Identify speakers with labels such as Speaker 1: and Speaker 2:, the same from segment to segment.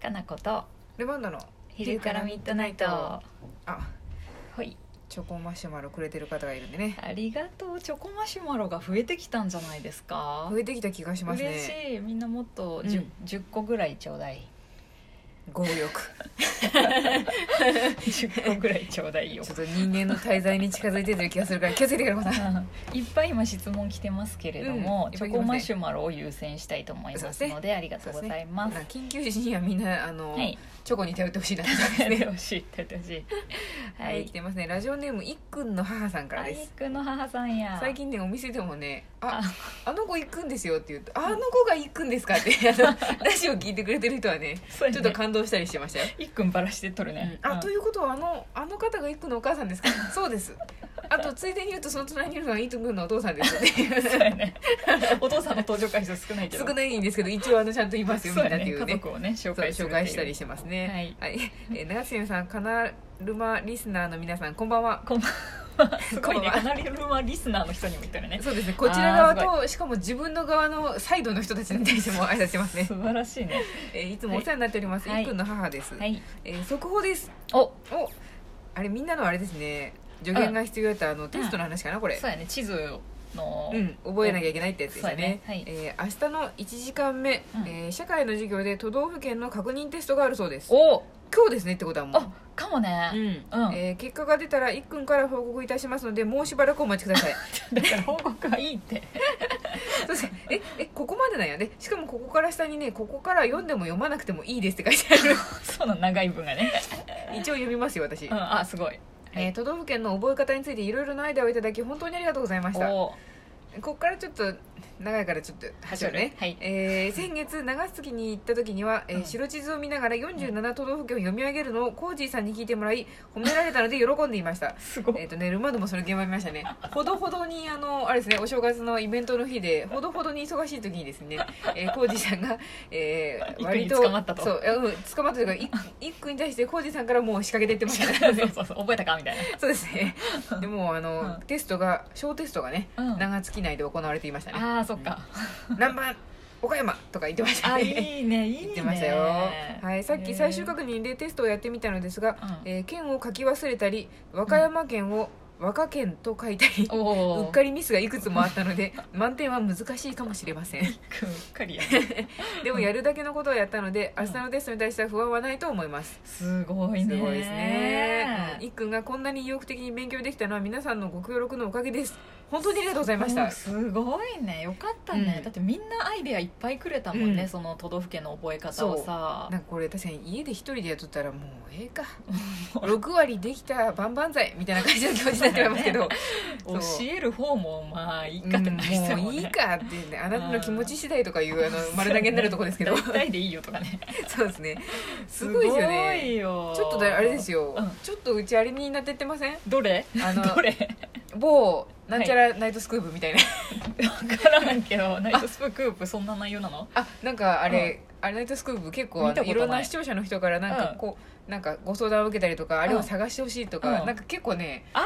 Speaker 1: かなこと
Speaker 2: ルバンドの
Speaker 1: 昼からミッドナイト
Speaker 2: あ
Speaker 1: ほい
Speaker 2: チョコマシュマロくれてる方がいるんでね
Speaker 1: ありがとうチョコマシュマロが増えてきたんじゃないですか
Speaker 2: 増えてきた気がします
Speaker 1: 嬉
Speaker 2: ね
Speaker 1: しいみんなもっと 10,、
Speaker 2: うん
Speaker 1: 10個ぐらいちょうだい
Speaker 2: 強欲
Speaker 1: 10個ぐらいちょうだい よ
Speaker 2: ちょっと人間の滞在に近づいてる気がするから気をつけてください
Speaker 1: うんいっぱい今質問来てますけれども、
Speaker 2: うん
Speaker 1: チョコマシュマロを優先したいと思い
Speaker 2: そう
Speaker 1: ま
Speaker 2: です
Speaker 1: す
Speaker 2: ね
Speaker 1: のでありがとうございます
Speaker 2: なんか緊急時にはみんなあの、
Speaker 1: はい
Speaker 2: チョコに頼ってほしいなと
Speaker 1: 食べてほしい食べてほしい は
Speaker 2: はい、
Speaker 1: い
Speaker 2: 来てますねラジオネームいっくんの母さんから
Speaker 1: ア
Speaker 2: で
Speaker 1: イ
Speaker 2: す
Speaker 1: クの母さんや
Speaker 2: 最近ねお店でもね「
Speaker 1: あ
Speaker 2: ああの子行くんですよ」って言うと「ああの子が行くんですか」ってあ のラジオ聞いてくれてる人はね
Speaker 1: そうや
Speaker 2: ち
Speaker 1: ね
Speaker 2: ょっと感動したりしてましたよ
Speaker 1: いっくんばらしてとるね、
Speaker 2: あ
Speaker 1: うん
Speaker 2: ということはあのあの方がいっくんのお母さ んですかそうですあとついでに言うとその隣にいるのはいっくんのお父さんですっ て
Speaker 1: そうやねお父さんの登場回数少ないけど
Speaker 2: 少ないんですけど一応あのちゃんと言いますよみ
Speaker 1: そ
Speaker 2: ん
Speaker 1: う
Speaker 2: な
Speaker 1: や
Speaker 2: って
Speaker 1: ね
Speaker 2: いう
Speaker 1: 家
Speaker 2: ね
Speaker 1: 族をね紹
Speaker 2: そう
Speaker 1: 介する
Speaker 2: 紹介したりしてますねはい、えー長瀬さんカナルマリスナーの皆さんこんばんは
Speaker 1: こんばんはすごいね
Speaker 2: こ
Speaker 1: カ
Speaker 2: んば
Speaker 1: ナリルマリスナーの人にも言ったらね
Speaker 2: そうですねこちら側としかも自分の側のサイドの人たちに対しても挨拶してますね
Speaker 1: 素晴らしいね
Speaker 2: えーいつもお世話になっております、
Speaker 1: はい
Speaker 2: いっくんの母です、
Speaker 1: はい
Speaker 2: えー速報です
Speaker 1: お
Speaker 2: おあれみんなのあれですね助言が必要やったあのテストの話かなこれ
Speaker 1: そうやね地図の、
Speaker 2: うん、覚えなきゃいけないってやつでしたね
Speaker 1: そうやね
Speaker 2: えー明日の1時間
Speaker 1: う
Speaker 2: 目、
Speaker 1: ん
Speaker 2: えー社会の授業で都道府県の確認テストがあるそうです
Speaker 1: お
Speaker 2: 今日ですねってことはもう
Speaker 1: あかも
Speaker 2: う
Speaker 1: ね、
Speaker 2: ん
Speaker 1: うん
Speaker 2: えー結果が出たらいっくんから報告いたしますのでもうしばらくお待ちく ださい
Speaker 1: だから報告はいいって
Speaker 2: そうですねええここまでなんやねしかもここから下にねここから読んでも読まなくてもいいですって書いて
Speaker 1: そうなの長い文がね、
Speaker 2: ある一応読みますよ私、
Speaker 1: うん、あすごい、
Speaker 2: えー都道府県の覚え方についていろいろなアイデアをいただき本当にありがとうございました
Speaker 1: お
Speaker 2: ここからちょっと長いからちょっと走るね、
Speaker 1: 走るはい
Speaker 2: えー先月長崎に行った時には、えー
Speaker 1: うん
Speaker 2: 白地図を見ながら47都道府県を読み上げるのをコージーさんに聞いても らい褒められたので喜んでいました
Speaker 1: すごい
Speaker 2: えっとねルマンドもその現場見ましたねほどほどにあのあれですねお正月のイベントの日 でほどほどに忙しい時にですね、えー、コージーさんが、えー
Speaker 1: 一句に
Speaker 2: 割と
Speaker 1: 捕まったと
Speaker 2: そういやうん捕まったというかい一句に対してコージーさんからもう仕掛けていって ました
Speaker 1: そ
Speaker 2: か
Speaker 1: うそ
Speaker 2: ら
Speaker 1: う
Speaker 2: ね
Speaker 1: そう覚えたかみたい
Speaker 2: そうですねでもあの、
Speaker 1: うん
Speaker 2: テストが小テストがね、
Speaker 1: な、うん、あ
Speaker 2: 長月内で行われていましたね
Speaker 1: あーそっ か、
Speaker 2: 何番岡山とか言ってました
Speaker 1: あ
Speaker 2: ね
Speaker 1: いいねいいね
Speaker 2: 言ってましたよ、はい、さっき最終
Speaker 1: に、
Speaker 2: 確認でテストをやってみたのですが、
Speaker 1: うん
Speaker 2: えー県を書き忘れたり和歌山県を和歌県と書いたり、
Speaker 1: おお
Speaker 2: うっかりミスがいくつもあったので満点は難しいかもしれませ ん
Speaker 1: うっかりやね
Speaker 2: でもやるだけのことをやったので明日のテストに対しては不安はないと思います、
Speaker 1: すごい
Speaker 2: す
Speaker 1: ね
Speaker 2: ごいですね、うんいっくんがこんなに意欲的に勉強できたのは皆さんのご協力のおかげです本当にありがとうございまし
Speaker 1: う
Speaker 2: た
Speaker 1: んすごいねよかったね、
Speaker 2: うん
Speaker 1: だってみんなアイデアいっぱいくれたもんね、
Speaker 2: うん
Speaker 1: その都道府県の覚え方をさ
Speaker 2: なんかこれ確かに家で一人でやっとったらもうええか6割できた万々歳みたいな感じの気持ちになってますけ ど
Speaker 1: 教
Speaker 2: そう
Speaker 1: える方もまあいい
Speaker 2: うん
Speaker 1: かってなりそう
Speaker 2: もういいかってねあなたの気持ち次第とかいうあの丸投げになるとこです けど
Speaker 1: 大体でいいよとかね
Speaker 2: そうですねすごいですよ
Speaker 1: すご
Speaker 2: ね
Speaker 1: いよ
Speaker 2: ちょっとだあれですよ、
Speaker 1: うん
Speaker 2: ちょっとうちあれになってってません
Speaker 1: どれ
Speaker 2: あ の
Speaker 1: どれ
Speaker 2: 某なんちゃらナイトスクープみたいな
Speaker 1: 分からんけどナイトスプクープそんな内容なの
Speaker 2: あなんかあれ、あれナイトスクープ結構あ
Speaker 1: 見た
Speaker 2: の
Speaker 1: ことない
Speaker 2: いろんな視聴者の人からなんかこう、なんかご相談を受けたりとかあれを探してほしいとか、
Speaker 1: うん
Speaker 2: なんか結構ね
Speaker 1: あ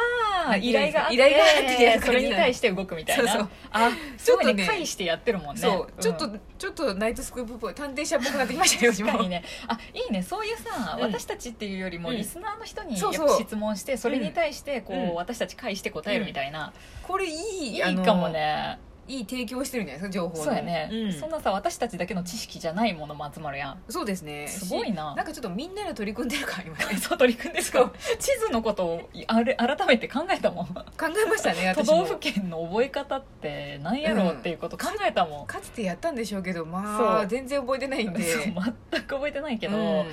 Speaker 1: あ依頼があって
Speaker 2: 依頼があって
Speaker 1: それに対して動くみたいな
Speaker 2: そうそう
Speaker 1: あすごい
Speaker 2: ち
Speaker 1: ね
Speaker 2: ょっとね
Speaker 1: 返してやってるもんね
Speaker 2: そう、
Speaker 1: ん
Speaker 2: ちょっとちょっとナイトスクープっぽい探偵者っぽくなってきま したよ
Speaker 1: 確かに
Speaker 2: ね
Speaker 1: ねあいいねそういうさ、
Speaker 2: うん
Speaker 1: 私たちっていうよりも
Speaker 2: うん
Speaker 1: リスナーの人にや
Speaker 2: そ
Speaker 1: っ
Speaker 2: う
Speaker 1: ぱ
Speaker 2: そう
Speaker 1: 質問してそれに対してこう、
Speaker 2: うん
Speaker 1: 私たち返して答えるみたいな、
Speaker 2: これいい
Speaker 1: い
Speaker 2: あ
Speaker 1: い
Speaker 2: の
Speaker 1: かもね
Speaker 2: いい提供してるんじゃないですか情報の
Speaker 1: そうやね、
Speaker 2: ん
Speaker 1: そんなさ私たちだけの知識じゃないものも集まるやん
Speaker 2: そうですね
Speaker 1: すごいな
Speaker 2: しなんかちょっとみんなで取り組んでる感あります ね
Speaker 1: そう取り組んでしかも地図のことをあれ改めて考えたもん
Speaker 2: 考えましたね
Speaker 1: 都
Speaker 2: 私
Speaker 1: 道
Speaker 2: も
Speaker 1: 府県の覚え方って何やろうっていうこと考えたもん、
Speaker 2: かつてやったんでしょうけどま
Speaker 1: そ
Speaker 2: あ
Speaker 1: う
Speaker 2: 全然覚えてないんで
Speaker 1: そう全く覚えてないけど、
Speaker 2: うん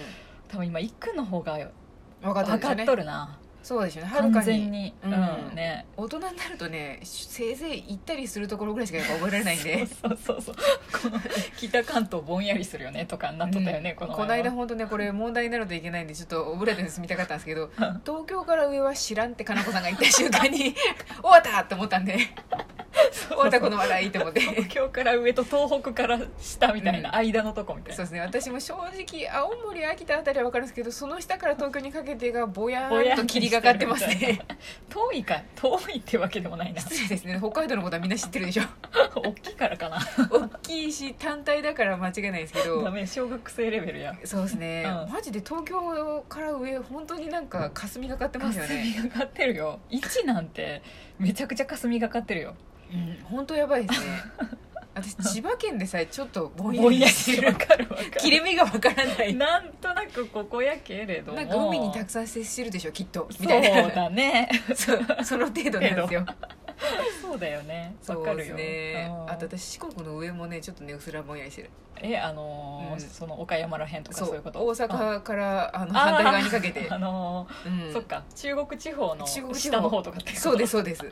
Speaker 1: 多分今一くんの方が
Speaker 2: 分かっ
Speaker 1: 分
Speaker 2: たんでし
Speaker 1: か
Speaker 2: ょう
Speaker 1: っ
Speaker 2: ね
Speaker 1: とるな、
Speaker 2: そうでしょうねはる
Speaker 1: 完
Speaker 2: か
Speaker 1: 全
Speaker 2: に
Speaker 1: に
Speaker 2: う
Speaker 1: うんん、ね
Speaker 2: 大人になるとねせいぜい行ったりするところぐらいしかやっぱ覚えられないんで
Speaker 1: そうそうそうこの北関東ぼんやりするよねとかになっとったよね、
Speaker 2: うん
Speaker 1: この
Speaker 2: この間本当ねこれ問題になるといけないんでちょっとオブラートに住みたかったんですけど 東京から上は知らんってかなこさんが言った瞬間に終わったと思ったんで終わったこの話題と思って。
Speaker 1: 東京から上と東北から下みたいな、
Speaker 2: うん
Speaker 1: 間のとこみたい
Speaker 2: そう
Speaker 1: な
Speaker 2: ですね私も正直青森秋田あたりは分かるんですけどその下から東京にかけてがぼや
Speaker 1: ぼ
Speaker 2: ー
Speaker 1: やー
Speaker 2: っと
Speaker 1: ん
Speaker 2: 霧がかってます
Speaker 1: してるみ
Speaker 2: ね
Speaker 1: 遠いか遠いってわけでもないな
Speaker 2: 失礼ですね北海道のことはみんな知ってるでしょ
Speaker 1: 大きいからかな
Speaker 2: 大きいし単体だから間違いないですけど
Speaker 1: ダメ小学生レベルや
Speaker 2: そうですね、
Speaker 1: うん
Speaker 2: マジで東京から上本当になんか霞がかってますよ
Speaker 1: 霞
Speaker 2: ね、
Speaker 1: がかってるよ1なんてめちゃくちゃ霞がかってるよ
Speaker 2: うん、本当やばいですね 私千葉県でさえちょっとぼんや
Speaker 1: ぼん
Speaker 2: り
Speaker 1: やり
Speaker 2: しててる
Speaker 1: るかるわか
Speaker 2: 切れ目がわからな い
Speaker 1: るな
Speaker 2: な
Speaker 1: んとなくここやけれども
Speaker 2: んか海にたく
Speaker 1: さ
Speaker 2: さん接してるでしょきっと
Speaker 1: そ
Speaker 2: み
Speaker 1: う
Speaker 2: たいな
Speaker 1: だね
Speaker 2: そうその程度なんですよ
Speaker 1: そうだよねわ
Speaker 2: そう
Speaker 1: か
Speaker 2: で
Speaker 1: る
Speaker 2: す
Speaker 1: よ、
Speaker 2: ね
Speaker 1: うん
Speaker 2: あと私四国の上もねちょっとねうすらぼんやりしてる
Speaker 1: えあのー
Speaker 2: うん
Speaker 1: その岡山らへんとかそういうこと
Speaker 2: 大
Speaker 1: あ
Speaker 2: 阪からあの
Speaker 1: あー
Speaker 2: 反対側にかけて
Speaker 1: あの
Speaker 2: うん
Speaker 1: ー そっか中国地方の
Speaker 2: 中国地方
Speaker 1: 下の方とかって
Speaker 2: そうですすそうです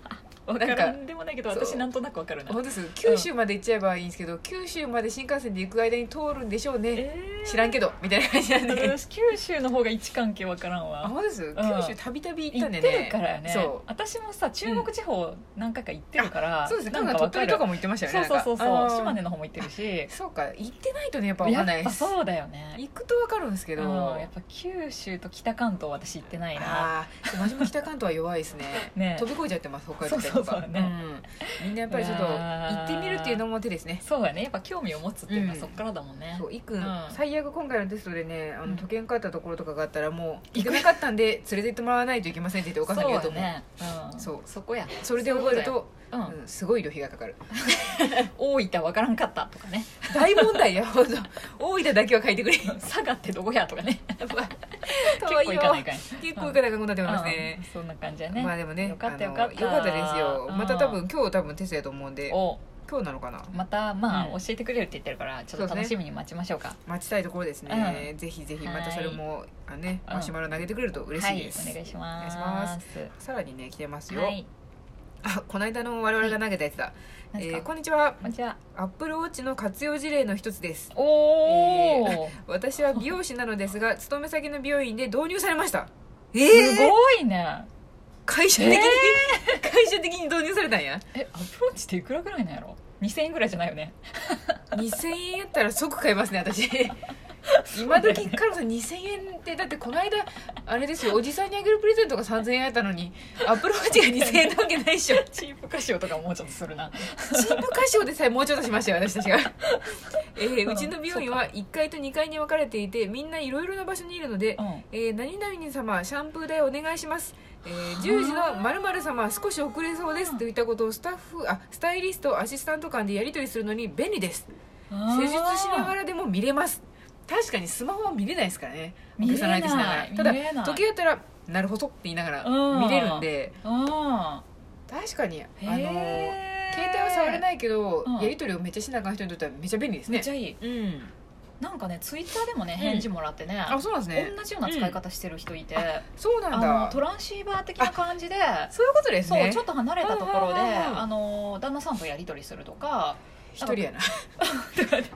Speaker 1: 分から
Speaker 2: なん
Speaker 1: でもないけど
Speaker 2: そう
Speaker 1: 私なんとなくわかるな
Speaker 2: 本当です九州まで行っちゃえばいいんですけど九州まで新幹線で行く間に通るんでしょうね
Speaker 1: えー
Speaker 2: 知らんけどみたいな感じなんで
Speaker 1: 私九州の方が位置関係わからん
Speaker 2: あ
Speaker 1: わ
Speaker 2: 本当です九州たびたび行っ
Speaker 1: 行
Speaker 2: た
Speaker 1: っ
Speaker 2: んで
Speaker 1: てる
Speaker 2: ね
Speaker 1: からね
Speaker 2: そ
Speaker 1: 私もさ中国地方何回か行ってるから、
Speaker 2: うそうですね
Speaker 1: な
Speaker 2: なん
Speaker 1: ん
Speaker 2: か
Speaker 1: かわ
Speaker 2: 鳥
Speaker 1: か
Speaker 2: 取
Speaker 1: る
Speaker 2: とかも行ってましたよね
Speaker 1: そうそうそう
Speaker 2: なん
Speaker 1: そ
Speaker 2: か
Speaker 1: う島根
Speaker 2: あー
Speaker 1: の方も行ってるし
Speaker 2: そうか行ってないとねやっぱ分
Speaker 1: や
Speaker 2: か
Speaker 1: っ
Speaker 2: んないで
Speaker 1: ぱ
Speaker 2: す
Speaker 1: そうだよね
Speaker 2: 行くと分かるんですけ
Speaker 1: け
Speaker 2: ど
Speaker 1: やっぱ九州と北関東私行ってないな
Speaker 2: ああ私も北関東は弱いですね
Speaker 1: ね
Speaker 2: 飛び越えちゃってます北海道とか
Speaker 1: そうそうそうね
Speaker 2: うん、みんなやっぱりちょっと
Speaker 1: いやー
Speaker 2: 行ってみるっていうのも手ですね
Speaker 1: そうやねやっぱ興味を持つっていうのは
Speaker 2: うん
Speaker 1: そっからだもんね、
Speaker 2: そう行く、
Speaker 1: うん
Speaker 2: 最悪今回のテストでねあ
Speaker 1: う
Speaker 2: の
Speaker 1: ん
Speaker 2: 時計に帰ったところとかがあったらもう
Speaker 1: 行
Speaker 2: 行
Speaker 1: く
Speaker 2: けなかったんで連れてってもらわないといけませんって言ってお母さんに言うと
Speaker 1: そう
Speaker 2: 思うそ,、
Speaker 1: やね、うん、
Speaker 2: そう
Speaker 1: そこや
Speaker 2: れで覚え
Speaker 1: そうい
Speaker 2: ると
Speaker 1: うこと
Speaker 2: うんすごい旅費がかかる
Speaker 1: やうん、大分わからんかったと かね
Speaker 2: 大問題やほんと大分だけは書い てくれ
Speaker 1: 佐賀ってどこやとかね結
Speaker 2: 遠
Speaker 1: 構行かない
Speaker 2: よ
Speaker 1: かい
Speaker 2: 結構行かなくなってますね
Speaker 1: う、んそんな感じやね、
Speaker 2: まあでもね
Speaker 1: よかった
Speaker 2: あ
Speaker 1: よ
Speaker 2: の
Speaker 1: かった
Speaker 2: よかったですよまた多分今日多分テストやと思うんで
Speaker 1: お
Speaker 2: 今日なのかな
Speaker 1: またまあ、
Speaker 2: うん
Speaker 1: 教えてくれるって言ってるからちょっと楽しみに待ちましょうか
Speaker 2: 待ちたいところですね、ぜひぜひまたそれも、あね
Speaker 1: うん
Speaker 2: マシュマロ投げてくれると嬉しいです、
Speaker 1: はい、お願いします
Speaker 2: お願いしさらにね来てますよ、
Speaker 1: はい
Speaker 2: あこの間の我々が投げたやつだ、
Speaker 1: 何ですか
Speaker 2: えーこんにちは
Speaker 1: こんにちは
Speaker 2: アップルウォッチの活用事例の一つです
Speaker 1: おー、
Speaker 2: 私は美容師なのですが勤め先の美容院で導入されましたえ
Speaker 1: すごいね
Speaker 2: 会社的に、会社的に導入されたんや
Speaker 1: えアプローチっていくらぐらいなんやろ2000円ぐらいじゃないよね
Speaker 2: 2000円やったら即買いますね 私今時カロさん2000円ってだってこの間あれですよおじさんにあげるプレゼントが3000円やったのにアップルウォッチが2000円なわけないでしょ
Speaker 1: チープカシオとかもうちょっとするな
Speaker 2: チープ歌唱でさえもうちょっとしましたよ私たちが、えーうちの美容院は1階と2階に分かれていてみんないろいろな場所にいるので
Speaker 1: うん
Speaker 2: 「えー何々様シャンプー代お願いします」えー「10時の〇〇様少し遅れそうです」といったことをスタッフあスタイリストアシスタント間でやり取りするのに便利です施術しなが
Speaker 1: ら
Speaker 2: らでも見れます確かにスマホは見れないですからね
Speaker 1: 見れない
Speaker 2: お客さん相手しなが
Speaker 1: 見れ
Speaker 2: らた
Speaker 1: ない
Speaker 2: だ時計やったら「なるほど」って言いながら
Speaker 1: うん
Speaker 2: 見れるんで
Speaker 1: うん
Speaker 2: 確かにあのー
Speaker 1: へー
Speaker 2: 携帯は触れないけど、
Speaker 1: うん
Speaker 2: やり取りをめっちゃしなあかん人にとってはめちゃ便利です
Speaker 1: め
Speaker 2: ね
Speaker 1: っちゃいい
Speaker 2: うん
Speaker 1: なんかねツイッターでもね返事もらってね、
Speaker 2: あそうなんですね
Speaker 1: 同じような使い方してる人いて、
Speaker 2: そうなん
Speaker 1: あの
Speaker 2: だ
Speaker 1: トランシーバー的な感じで
Speaker 2: そういうことです
Speaker 1: そう、
Speaker 2: ね
Speaker 1: ちょっと離れたところで、
Speaker 2: うんうんうんうん
Speaker 1: あの旦那さんとやり取りすると か
Speaker 2: 一人やな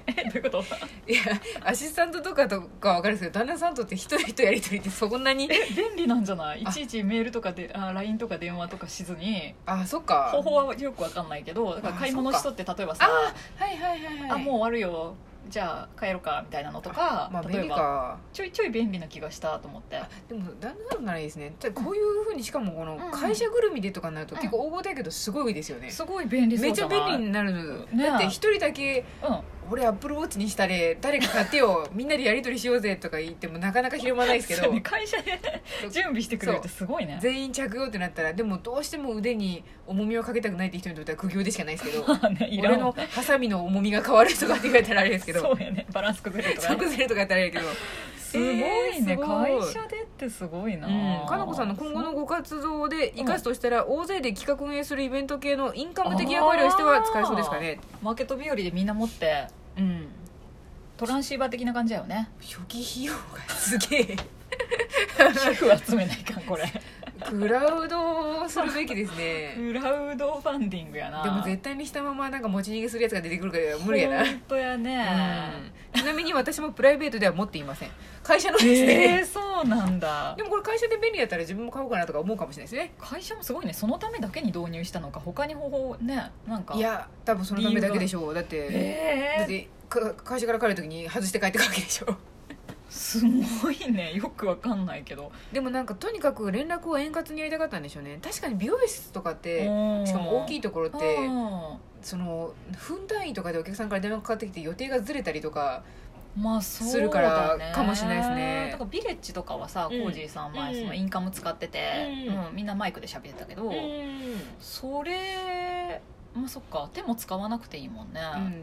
Speaker 1: えどういうこと
Speaker 2: いやアシスタントとかとかは分かるんですけど旦那さんとって一人とやり取りってそんなに
Speaker 1: 便利なんじゃないいちいちメールとかであ LINE とか電話とかしずに
Speaker 2: あそっか
Speaker 1: 方法はよくわかんないけどだから買い物しとって例えばさ
Speaker 2: あ
Speaker 1: あ
Speaker 2: はいはいはいはい
Speaker 1: もう終わるよじゃあ帰ろうかみたいなのとか、
Speaker 2: まあ便
Speaker 1: 例え
Speaker 2: 利
Speaker 1: ば
Speaker 2: か
Speaker 1: ちょいちょい便利な気がしたと思って
Speaker 2: でも旦那さんならいいですねただこういうふうにしかもこの
Speaker 1: うん
Speaker 2: 会社ぐるみでとかになると
Speaker 1: うん
Speaker 2: 結構大ごとやけどすごいですよね、
Speaker 1: すごい便利そ
Speaker 2: め
Speaker 1: う
Speaker 2: っち
Speaker 1: じ
Speaker 2: ゃ
Speaker 1: ゃない
Speaker 2: 便利
Speaker 1: 利
Speaker 2: になるの、
Speaker 1: ね
Speaker 2: だって一人だけ
Speaker 1: うん
Speaker 2: 俺アップルウォッチにしたれ誰か買ってよみんなでやり取りしようぜとか言ってもなかなか広まらないですけ
Speaker 1: そう
Speaker 2: ど
Speaker 1: ね会社で 準備してくれるってすごいね
Speaker 2: 全員着用ってなったらでもどうしても腕に重みをかけたくないって人にとっては苦行でしかないですけど
Speaker 1: ねいら
Speaker 2: 俺
Speaker 1: ん
Speaker 2: の
Speaker 1: わ
Speaker 2: ハサミの重みが変わるとかって言われたらあれですけど
Speaker 1: そうやねバランス崩れるとか
Speaker 2: 即
Speaker 1: ね
Speaker 2: ずれとかやったらあれやけど、
Speaker 1: すごいね、
Speaker 2: えーすごい
Speaker 1: 会社でってすごいな、
Speaker 2: うん、かなこさんの今後のご活動で生かすとしたら大勢で企画運営するイベント系のインカム的役割をしては使えそうですかね
Speaker 1: マーケット日和でみんな持って
Speaker 2: うん
Speaker 1: トランシーバー的な感じだよ ね
Speaker 2: 初期費用がすげえ
Speaker 1: 寄付集めないかんこれ
Speaker 2: クラウドをするべきですね
Speaker 1: クラウドファンディングやな
Speaker 2: でも絶対にしたままなんか持ち逃げするやつが出てくるから無理やな、
Speaker 1: 本当やね、
Speaker 2: うんちなみに私もプライベートでは持っていません会社のです
Speaker 1: え
Speaker 2: ね、
Speaker 1: ー、そうなん だ
Speaker 2: でもこれ会社で便利やったら自分も買おうかなとか思うかもしれないですね
Speaker 1: 会社もすごいねそのためだけに導入したのか他に方法ねなんか
Speaker 2: いや多分そのためだけでしょうだって、だっ
Speaker 1: えー、
Speaker 2: てか会社から帰る時に外して帰ってくるわけでしょ
Speaker 1: すごいね よくわかんないけど
Speaker 2: でもなんかとにかく連絡を円滑にやりたかったんでしょうね確かに美容室とかってしかも大きい
Speaker 1: い
Speaker 2: ところってその分単位とかでお客さんから電話かかってきて予定がずれたりとか
Speaker 1: まあそうだ、ね、
Speaker 2: するからかもしれないですね
Speaker 1: だからビレッジとかはさ、
Speaker 2: うん
Speaker 1: コージーさん前
Speaker 2: うん
Speaker 1: そのインカム使ってて、
Speaker 2: うん
Speaker 1: みんなマイクで喋ってたけど、
Speaker 2: うん、
Speaker 1: それまあそっか手も使わなくていいもんね、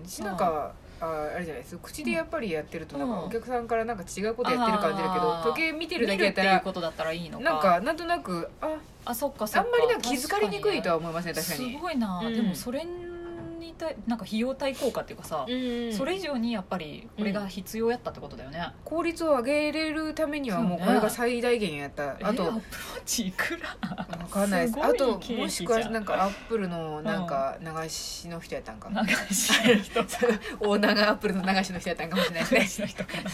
Speaker 2: しなんかああれじゃないです口でやっぱりやってるとなんか
Speaker 1: うん
Speaker 2: お客さんからなんか違うことやってる感じだけど
Speaker 1: あー
Speaker 2: 時計見てるだけやっ
Speaker 1: 見るって
Speaker 2: た
Speaker 1: いう
Speaker 2: ら
Speaker 1: ことだったらいいのか
Speaker 2: なんかなんとなくあ
Speaker 1: あそっかそっ
Speaker 2: あ
Speaker 1: か
Speaker 2: んまりなんか気づかれにくいとは思いますね確か
Speaker 1: す
Speaker 2: に。
Speaker 1: ごいな、
Speaker 2: うん
Speaker 1: でもそれに対なんか費用対効果っていうかさ、
Speaker 2: うん
Speaker 1: それ以上にやっぱりこれが必要やったってことだよね、
Speaker 2: 効率を上げれるためにはも
Speaker 1: そう
Speaker 2: う
Speaker 1: ね
Speaker 2: これが最大限やった、
Speaker 1: えー
Speaker 2: あと
Speaker 1: アプローチいくら
Speaker 2: わかんないです
Speaker 1: すごい
Speaker 2: あ
Speaker 1: 経
Speaker 2: と
Speaker 1: 費じゃん
Speaker 2: もしくはなんかアップルのなんか流しの人やったんか、
Speaker 1: 流しの 人
Speaker 2: オーナーがアップルの流しの人やったんかもしれない で
Speaker 1: 流
Speaker 2: すね
Speaker 1: しの人かな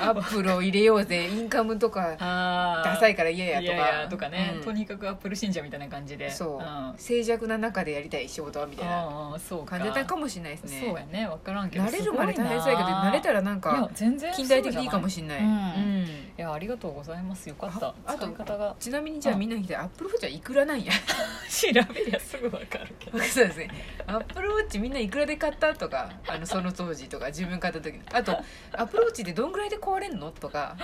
Speaker 2: アップルを入れようぜインカムとか
Speaker 1: あー
Speaker 2: ダサいから嫌やとか
Speaker 1: いやいやとかね、
Speaker 2: うん
Speaker 1: とにかくアップル信者みたいな感じで
Speaker 2: そう、
Speaker 1: ん、あ
Speaker 2: 静寂な中でやりたい仕事はみたいな
Speaker 1: あそうか
Speaker 2: 感じだったかもしれないですね
Speaker 1: そうやね分からんけど
Speaker 2: 慣れるまです
Speaker 1: ごい
Speaker 2: 大
Speaker 1: な
Speaker 2: 変そうやけど慣れたらな
Speaker 1: い
Speaker 2: ん
Speaker 1: や
Speaker 2: か
Speaker 1: 全然
Speaker 2: 近代的でいいかも
Speaker 1: し
Speaker 2: しれない
Speaker 1: そうじゃな
Speaker 2: う
Speaker 1: い
Speaker 2: ん
Speaker 1: れないいやありがとうございますよかった
Speaker 2: ああと
Speaker 1: 使い方が
Speaker 2: ちなみにじゃあみんなに来てアップルウォッチはいくらなんや
Speaker 1: 調べりゃすぐ分かるけど
Speaker 2: そうですねアップルウォッチみんないくらで買ったとかあのその当時とか自分買った時にあとアップルウォッチってどんぐらいで壊れんのとか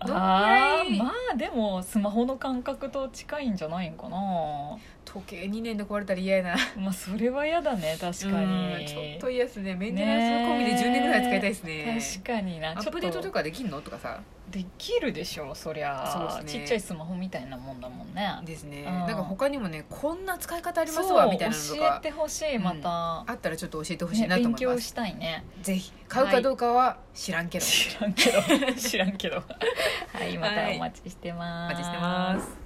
Speaker 2: どんぐら
Speaker 1: あ
Speaker 2: い
Speaker 1: ーまあでもスマホの感覚と近いんじゃないんかな
Speaker 2: 時計2年で壊れたら嫌やな
Speaker 1: まあそれは嫌だね確か
Speaker 2: うん
Speaker 1: に
Speaker 2: ちょっと嫌ですねメンテナンス込みで10年ぐらい使いたいですね
Speaker 1: 確かにな
Speaker 2: ア
Speaker 1: ち
Speaker 2: ッ
Speaker 1: ょ
Speaker 2: プデー
Speaker 1: っ
Speaker 2: トと
Speaker 1: と
Speaker 2: かできんのとかさ
Speaker 1: できるでしょうそり
Speaker 2: そう
Speaker 1: ゃ
Speaker 2: っすね
Speaker 1: ちっちゃいスマホみたいなもんだもんね
Speaker 2: ですね
Speaker 1: うん
Speaker 2: なんか他にもねこんな使い方あります
Speaker 1: そう
Speaker 2: わみたいなのと
Speaker 1: 教え
Speaker 2: か
Speaker 1: てほしい
Speaker 2: うん
Speaker 1: また
Speaker 2: あったらちょっと教えてほしい
Speaker 1: ね
Speaker 2: なと
Speaker 1: 勉
Speaker 2: 思いま
Speaker 1: 強
Speaker 2: す、
Speaker 1: したい ね
Speaker 2: ぜひ買うかどうかは知らんけど、
Speaker 1: 知らんけど知らんけどはいまたお待ちして
Speaker 2: お
Speaker 1: ます
Speaker 2: 待ちしてます